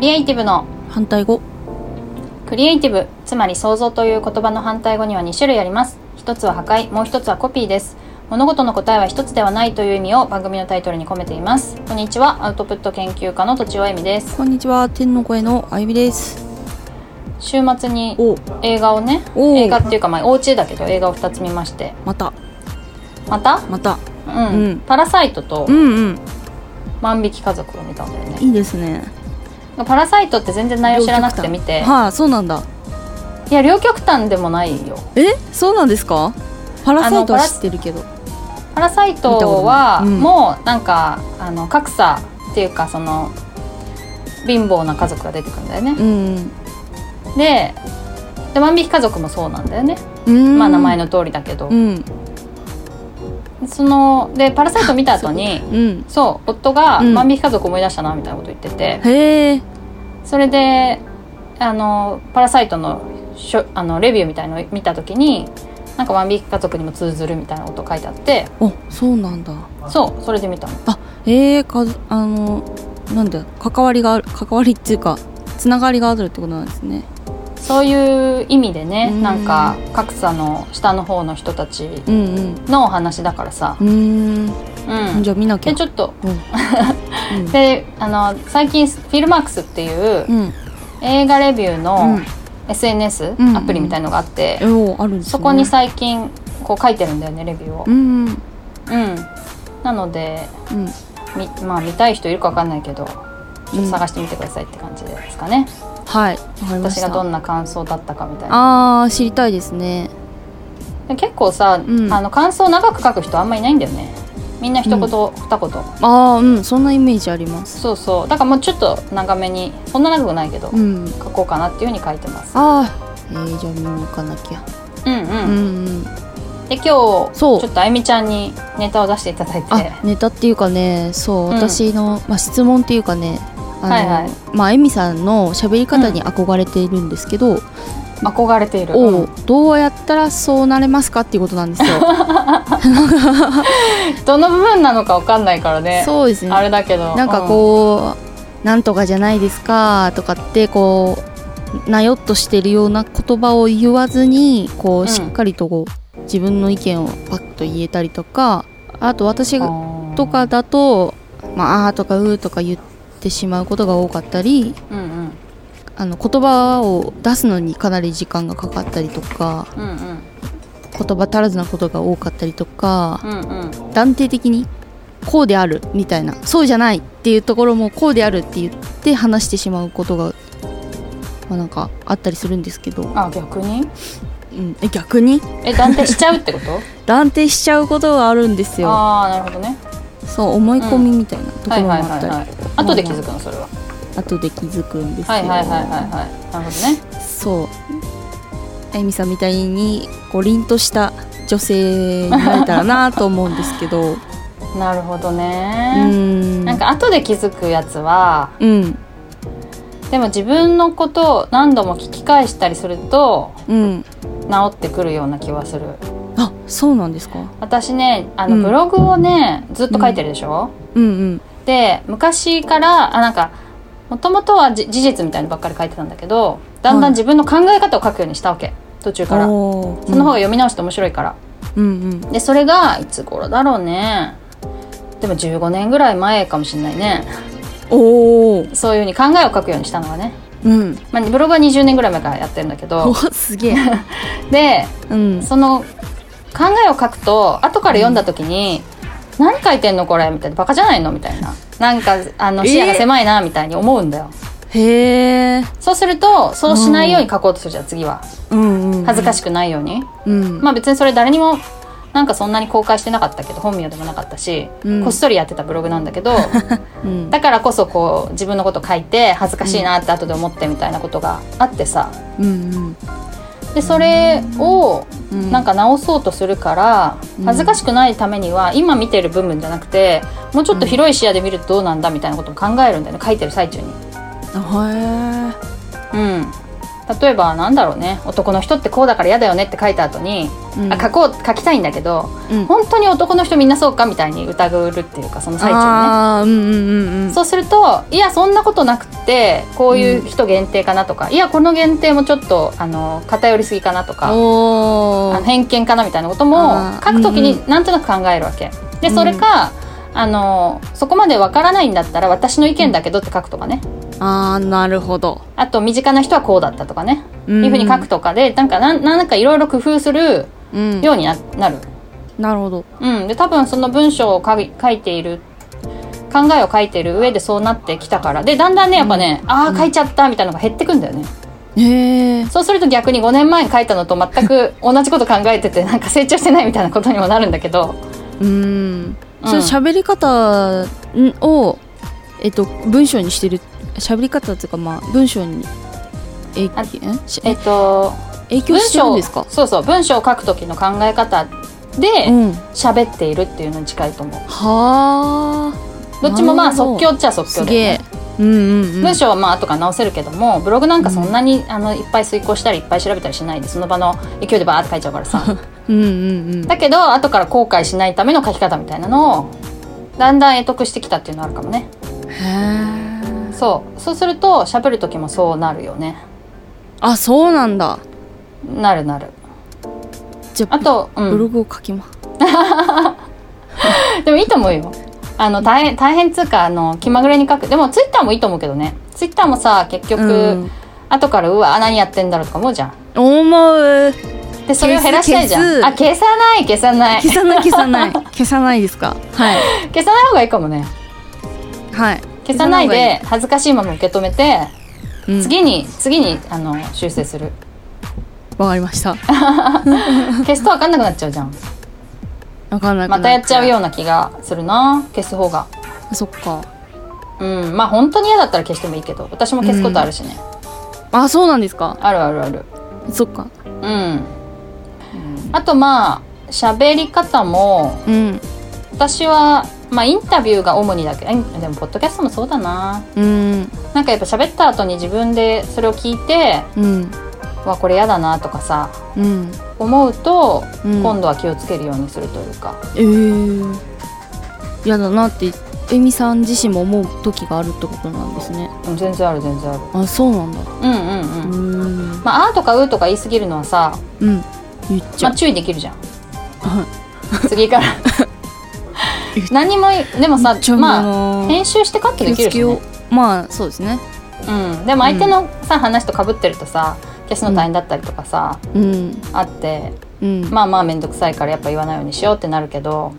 イティブの反対語クリエイティブつまり創造という言葉の反対語には2種類あります一つは破壊もう一つはコピーです物事の答えは一つではないという意味を番組のタイトルに込めていますこんにちはアウトプット研究家のとちおえみですこんにちは天の声のあゆみです週末にお映画をねおう映画っていうかまあお家だけど映画を2つ見ましてまたまた、またうんうんパラサイトとうんうん万引き家族を見たんだよねいいですねパラサイトって全然内容知らなくて見てはい、そうなんだいや両極端でもないよえそうなんですかパラサあイトはのパラ知ってるけどパラサイトは見たことないうんもうなんかあの格差っていうかその貧乏な家族が出てくるんだよねう、んでで万引き家族もそうなんだよね、うんまあ名前の通りだけどう、んそのでパラサイト見た後にうんそう夫がうん万引き家族思い出したなみたいなこと言ってて、へえそれであのパラサイトのしょあのレビューみたいのを見た時になんか万引き家族にも通ずるみたいなこと書いてあってあそうなんだそうそれで見たのへえかずあのなんだ関わりがある関わりっていうかつながりがあるってことなんですねそういう意味でねうんなんか格差の下の方の人たちうんうんのお話だからさ、うーうんん、じゃあ見なきゃでちょっとうんうんであの最近フィルマークスっていううん映画レビューうのん SNS、うんアプリみたいのがあって、え おあるんですねそこに最近こう書いてるんだよねレビューをう。んうんうん、なのでうんみまあ見たい人いるかわかんないけどちょっと探してみてくださいって感じですかね、はいわかりまし私がたどんな感想だったかみたいなあー知りたいですねで結構さ、うんあの感想長く書く人あんまいないんだよねみんな一言、うん二言ああうんそんなイメージありますそうそうだからもうちょっと長めにそんな長くないけど、うん書こうかなっていうふうに書いてますあーえー、じゃあ見に行かなきゃうんうん、うんうんで今日ちょっそうとあゆみちゃんにネタを出していただいてあネタっていうかねそう、うん私の、まあ、質問っていうかねあの、はいはいまあエミさんの喋り方に憧れているんですけど、憧れているうをんどうやったらそうなれますかっていうことなんですよ どの部分なのかわかんないからねそうですねあれだけどなんかこう、なんとかじゃないですかとかってこうなよっとしてるような言葉を言わずにこうんうしっかりとこう自分の意見をパッと言えたりとかあと私うんがとかだと「まあ」あーとか「う」とか言ってしまうことが多かったりうんうんあの言葉を出すのにかなり時間がかかったりとかうんうん言葉足らずなことが多かったりとかうんうん断定的にこうであるみたいなそうじゃないっていうところもこうであるって言って話してしまうことが、まあ、なんかあったりするんですけど、あ逆にうん、え逆にえ断定しちゃうってこと 断定しちゃうことがあるんですよああなるほどねそう思い込みみたいなとこはろいもはいあはっいたはいり後で気づくのそれは後で気づくんですけど、はいはいはいはいはいなるほどねそうあゆみさんみたいにこう凛とした女性になれたらなと思うんですけ どうなるほどーねんなんか後で気づくやつはうんでも自分のことを何度も聞き返したりするとうん治ってくるような気はするあそうなんですか私ねあのうんブログをね、ずっと書いてるでしょ、うんうんで昔からあなんかもともとはじ事実みたいなのばっかり書いてたんだけどだんだはいん自分の考え方を書くようにしたわけ途中から、おーその方が読み直して面白いから、うんうんでそれがいつ頃だろうねでも15年ぐらい前かもしれないねおおそういうふうに考えを書くようにしたのがね、うんまあ、ブログは20年ぐらい前からやってるんだけどおすげえで うんその考えを書くと後から読んだ時に「何書いてんのこれ」みたいな「バカじゃないの?」みたいななんかあのえー視野が狭いなみたいに思うんだよ、へえそうするとそうしないように書こうとするじゃん次はうんうん恥ずかししくないように、うんまあ別にそれ誰にもなんかそんなに公開してなかったけど本名でもなかったし、うんこっそりやってたブログなんだけ どうんだからこそこう自分のこと書いて恥ずかしいなって後で思ってみたいなことがあってさうんでそれをうんなんか直そうとするからうん恥ずかしくないためには今見てる部分じゃなくてもうちょっと広い視野で見るとどうなんだみたいなことも考えるんだよね書いてる最中に。へえうん、例えばなんだろうね男の人ってこうだから嫌だよねって書いた後に、うんあ書こう書きたいんだけどうん本当に男の人みんなそうかみたいに疑うるっていうかその最中にねあーうんうんうんうんそうするといやそんなことなくってこういう人限定かなとか、いやこの限定もちょっとあの偏りすぎかなとかおあーの偏見かなみたいなこともあー書くときうんになんとなく考えるわけ。でそれか、あのそこまでわからないんだったら私の意見だけどって書くとかねあーなるほど、あと身近な人はこうだったとかね、うんいうふうに書くとかでなんかなんなんかいろいろ工夫するうん、ようにななる、なるほどうん、で多分その文章を書い書いている考えを書いている上でそうなってきたからでだんだんねやっぱね、ああ書いちゃったみたいなのが減ってくんだよねへえそうすると逆に5年前に書いたのと全く同じこと考えててなんか成長してないみたいなことにもなるんだけどうんうんそれ喋り方を、えっと、文章にしてる喋り方っていうかまあ文章に影あんしえっと影響してるんですかそうそう文章を書く時の考え方うでん喋っているっていうのに近いと思うはあどっちもまあなるほ即ど興っちゃ即興すだげよねえうんうんうん文章はまあ後から直せるけどもブログなんかそんなに、あのいっぱい遂行したりいっぱい調べたりしないでその場の勢いでバーって書いちゃうから さうんうんうんだけど後から後悔しないための書き方みたいなのをだんだん得得してきたっていうのはあるかもねへえそうそうすると喋る時もそうなるよねあそうなんだなるなるじゃああと、うんブログを書きますでもいいと思うよあの大変大変っつうかあの気まぐれに書くでもツイッターもいいと思うけどねツイッターもさ結局、うん後からうわ何やってんだろうとか思うじゃん思うでそれを減らしたいじゃん消すあ消さない消さない消さない消さない 消さないですかはい消さない方がいいかもねはい消さないで恥ずかしいまま受け止めて、うん次に次にあの修正 するわかりました消すと分かんなくなっちゃうじゃんわかんなくなまたやっちゃうような気がするな消す方がそっかうんまあ本当に嫌だったら消してもいいけど私も消すことあるしね、あそうなんですかあるあるあるそっかうんあとまあ喋り方もうん私は、まあ、インタビューが主にだけどえでもポッドキャストもそうだなうんなんかやっぱ喋った後に自分でそれを聞いてうんわこれ嫌だなとかさうん思うと、うん今度は気をつけるようにするというかえー、やだなってえみさん自身も思う時があるってことなんですねうん全然ある全然あるあそうなんだうんうんううんんまあ、あーとかうーとか言いすぎるのはさ、うん言っちまゃあ、う注意できるじゃんは次 から何もいでもさちょまああ編集してカット気でをきつるけし、よねうまあそうですねうん、でも相手のさ話とかぶってるとさ消すの大変だったりとかさ、うんあってうんままあまあ面倒くさいからやっぱ言わないようにしようってなるけど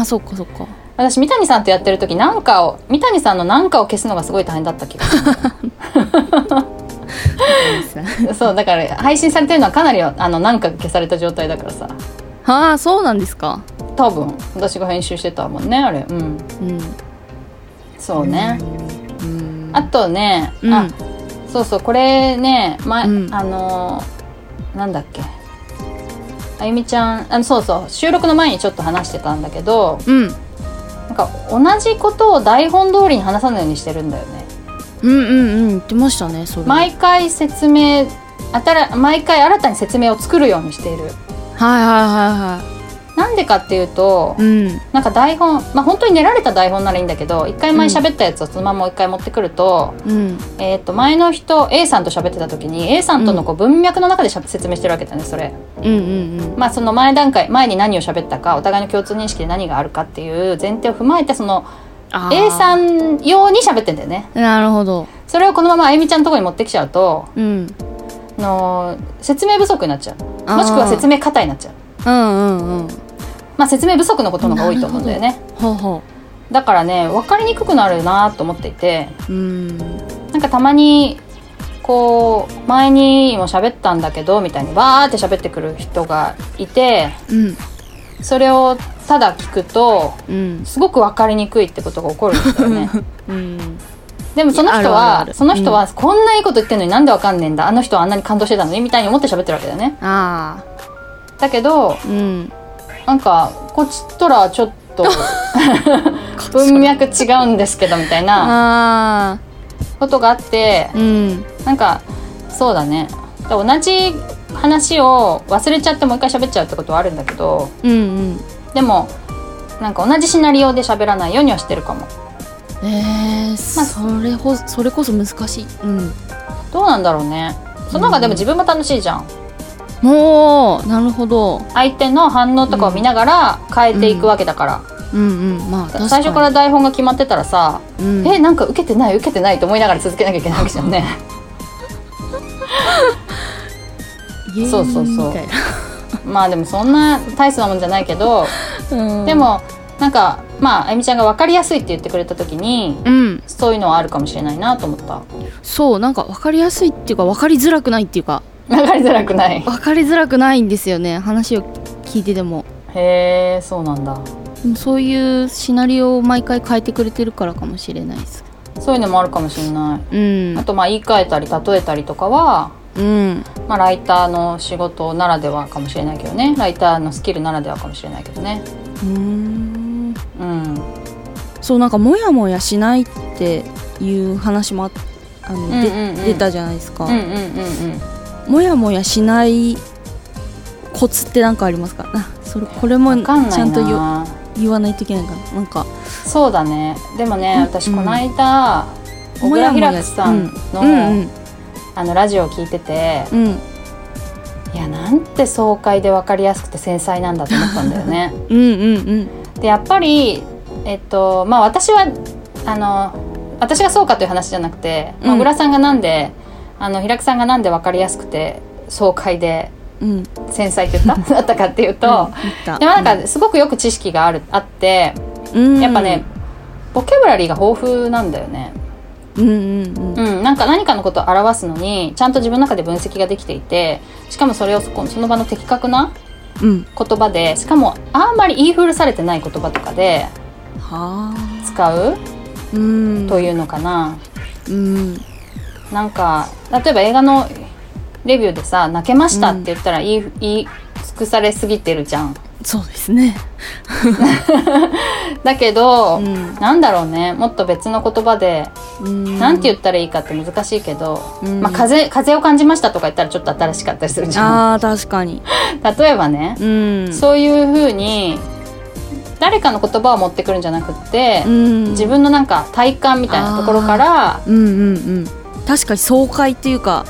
あそっかそっか私三谷さんとやってる時なんかを三谷さんのなんかを消すのがすごい大変だった気がす るそうだから配信されてるのはかなりあのなんか消された状態だからさああそうなんですか多分私が編集してたもんねあれうんうんそうね、うんあとね、うんあそうそうこれね、まうんあのーなんだっけあゆみちゃんあのそうそう収録の前にちょっと話してたんだけどうんなんか同じことを台本通りに話さないようにしてるんだよねうんうんうん言ってましたねそれはい毎回説明あたら毎回新たに説明を作るようにしているはいはなんでかっていうと、いはいうんなんか台本まあ本当に練られた台本ならいいんだけど一回前喋ったやつをそのままもう一回持ってくると,、うんえー、と前の人 A さんと喋ってた時に A さんとのこう文脈の中でしゃ説明してるわけだねそれ、うんうんうんまあ、その前段階前に何を喋ったかお互いの共通認識で何があるかっていう前提を踏まえてその A さんん用に喋ってんだよねなるほどそれをこのままあゆみちゃんのところに持ってきちゃうとうんあの説明不足になっちゃうあーもしくは説明過いになっちゃううんうんうんまあ説明不足のことの方が多いと思うんだよねほうほだからね分かりにくくなるなと思っていてううんなんかたまにこう前にも喋ったんだけどみたいにわーって喋ってくる人がいてうんそれをただ聞くとうんすごく分かりにくいってことが起こるんですよ ねうんでもそのい人やあるあるあはるその人はこんないいこと言ってんのになんで分かんねえんだあの人はあんなに感動してたのにみたいに思って喋ってるわけだよねあだけどあうんなんかこっちとらちょっ と文脈違うんですけどみたいなああことがあってうんなんかそうだねだから同じ話を忘れちゃってもう一回喋っちゃうってことはあるんだけどうんうんでもなんか同じシナリオで喋らないようにはしてるかもえーまあそれほそれこそ難しいうんどうなんだろうねその方がでも自分も楽しいじゃん、もうなるほど相手の反応とかを見ながら変えていくわけだから、うんうんまあ確かに最初から、台本が決まってたらさ、うん、えなんか受けてない受けてないと思いながら続けなきゃいけないわけじゃんねゲームそうそうそうみたいな まあでもそんな大したもんじゃないけど、うんでもなんかまああゆみちゃんが分かりやすいって言ってくれた時にうんそういうのはあるかもしれないなと思ったそうなんか分かりやすいっていうか分かりづらくないっていうか分かりづらく ない分かりづらくないんですよね話を聞いててもへえそうなんだでもそういうシナリオを毎回変えてくれてるからかもしれないですそういうのもあるかもしれなういあんとまあ言い換えたり例えたりとかは、うんまあ、ライターの仕事ならではかもしれないけどねライターのスキルならではかもしれないけどねうんうんそうなんかモヤモヤしないっていう話もああの、でうんうんうん出たじゃないですか、うんうんうんうんモヤモヤしないコツって何かありますか なそれこれも分ちかんないなゃんと言言わないといけないかななんかそうだねでもね私うんこの間小倉ひらくさんの,、うんあのラジオを聞いててうんうんいやなんて爽快で分かりやすくて繊細なんだと思ったんだよ ね。うんうんうんでやっぱり、えっとまあ、私はあの私がそうかという話じゃなくて、まあ、う小ん倉さんがなんで、あの平久さんがなんで分かりやすくて爽快でうんうん繊細って言った だったかっていうと、でもなんかすごくよく知識があるあってやっぱね、ボキャブラリーが豊富なんだよね。うんうんうんうん、なんか何かのことを表すのにちゃんと自分の中で分析ができていてしかもそれをそこその場の的確なうん言葉でしかもあんまり言い古されてない言葉とかではあ使ううんというのかな、うんなんか例えば映画のレビューでさ「泣けました」って言ったら言い,、言い尽くされすぎてるじゃんそうですねだけど、うんなんだろうねもっと別の言葉でうん何、なん、て言ったらいいかって難しいけど、うんまあ、風風を感じましたとか言ったらちょっと新しかったりするじゃんあー確かに 例えばね、うんそういうふうに誰かの言葉を持ってくるんじゃなくって、うん自分のなんか体感みたいなところからうんうんうん確かに爽快っていうか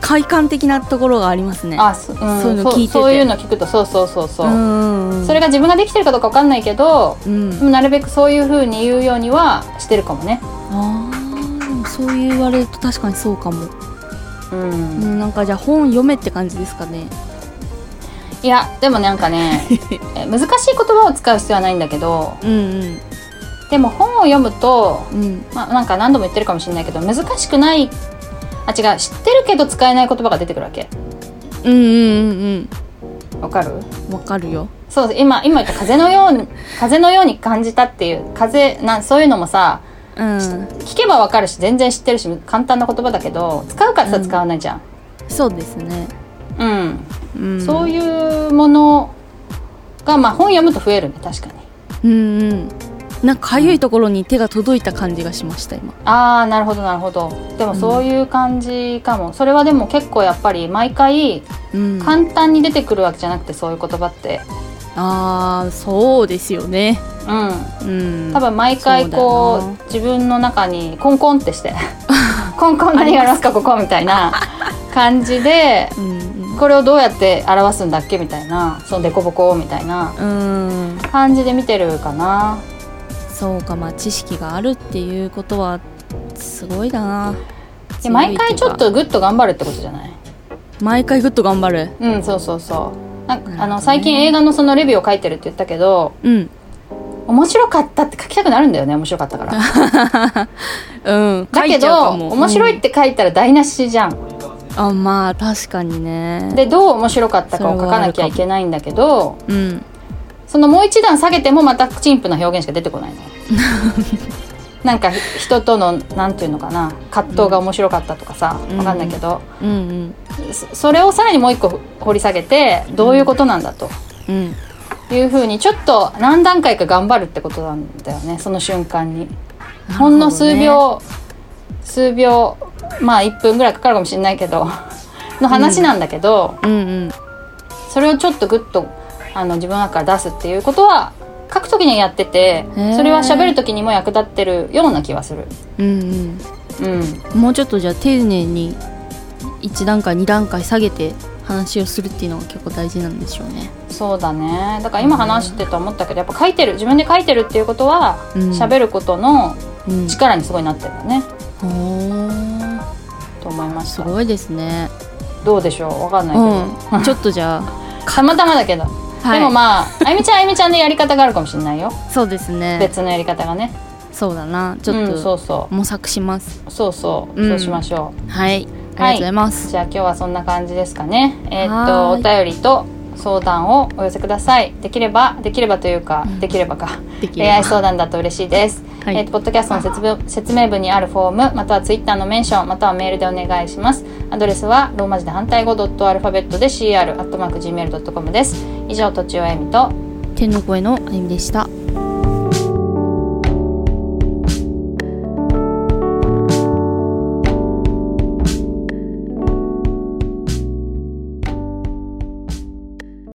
快感的なところがありますねあそ,、うん、そういうの聞いててそういうの聞くとそうそうそうそうう、んうんうんそれが自分ができてるかどうかわかんないけどうんでもなるべくそういうふうに言うようにはしてるかもね、あーでもそう言われると確かにそうかも、うんうん、なんかじゃあ本読めって感じですかねいやでもなんか ねえ難しい言葉を使う必要はないんだけどうんでも本を読むと、うんうんまあ、なんか何度も言ってるかもしれないけど難しくないあ違う知ってるけど使えない言葉が出てくるわけうんうんうんわかるうんわかるよそう今今言った風のよう に風のように感じたっていう風なんそういうのもさうん聞けばわかるし全然知ってるし簡単な言葉だけど使うかってさうん使わないじゃん、そうですね、うんうん、そういうものがまあ本読むと増えるね確かにうんうんなんか痒いところに手が届いた感じがしました今ああなるほどなるほどでもそういう感じかも、それはでも結構やっぱり毎回うん簡単に出てくるわけじゃなくてそういう言葉ってあーそうですよねうんうん多分毎回そうだこよなう自分の中にコンコンってして コンコン何がありますかここみたいな感じでうんうんこれをどうやって表すんだっけみたいなそのデコボコみたいなうん感じで見てるかなそうかまあ知識があるっていうことはすごいだなで毎回ちょっとグッと頑張るってことじゃない毎回グッと頑張るうんそうそうそうなんかなるほどねあの最近映画のそのレビューを書いてるって言ったけどうん面白かったって書きたくなるんだよね面白か ったからうんだ書けいちゃうどかも面白いって書いたら台無しじゃんうんあまあ確かにねでどう面白かったかを書かなきゃいけないんだけどうんそのもう一段下げてもまた陳腐な表現しか出てこないのなんか人とのなんていうのかな葛藤が面白かったとかさ、うんわかんないけど、うんうんそそれをさらにもう一個掘り下げてどういうことなんだとうんいうふうにちょっと何段階か頑張るってことなんだよねその瞬間にほんの数秒、数秒まあ1分ぐらいかかるかもしれないけどの話なんだけど、うんうんそれをちょっとグッとあの自分の中から出すっていうことは書くときにやっててへーそれは喋るときにも役立ってるような気はする。うんうん、うんもうちょっとじゃあ丁寧に1段階2段階下げて話をするっていうのが結構大事なんでしょうねそうだねだから今話してて思ったけどやっぱ書いてる自分で書いてるっていうことはうん喋ることのうん力にすごいなってるんだね、ほーと思いましすたごいですねどうでしょうわかんないけど、うんちょっとじゃ あ、たまたまだけど、はい、でもまあ あゆみちゃんあゆみちゃんのやり方があるかもしれないよそうですね別のやり方がねそうだなちょっうん、そとうそ模索しますうそうそう、うんそうしましょはいありがとうございますうじゃあ今日はそんな感じですかねえーっとはおー便りと相談をお寄せくださいできればできればというか、できればかでき恋れば愛相談だと嬉しいです、はいえーとポッドキャストの説文説明文にあるフォームまたはツイッターのメンションまたはメールでお願いしますアドレスはローマ字で反対語ドットアルファベットで CR アットマーク Gmail.com です以上とちおえみと天の声のあゆみでしたバイバイ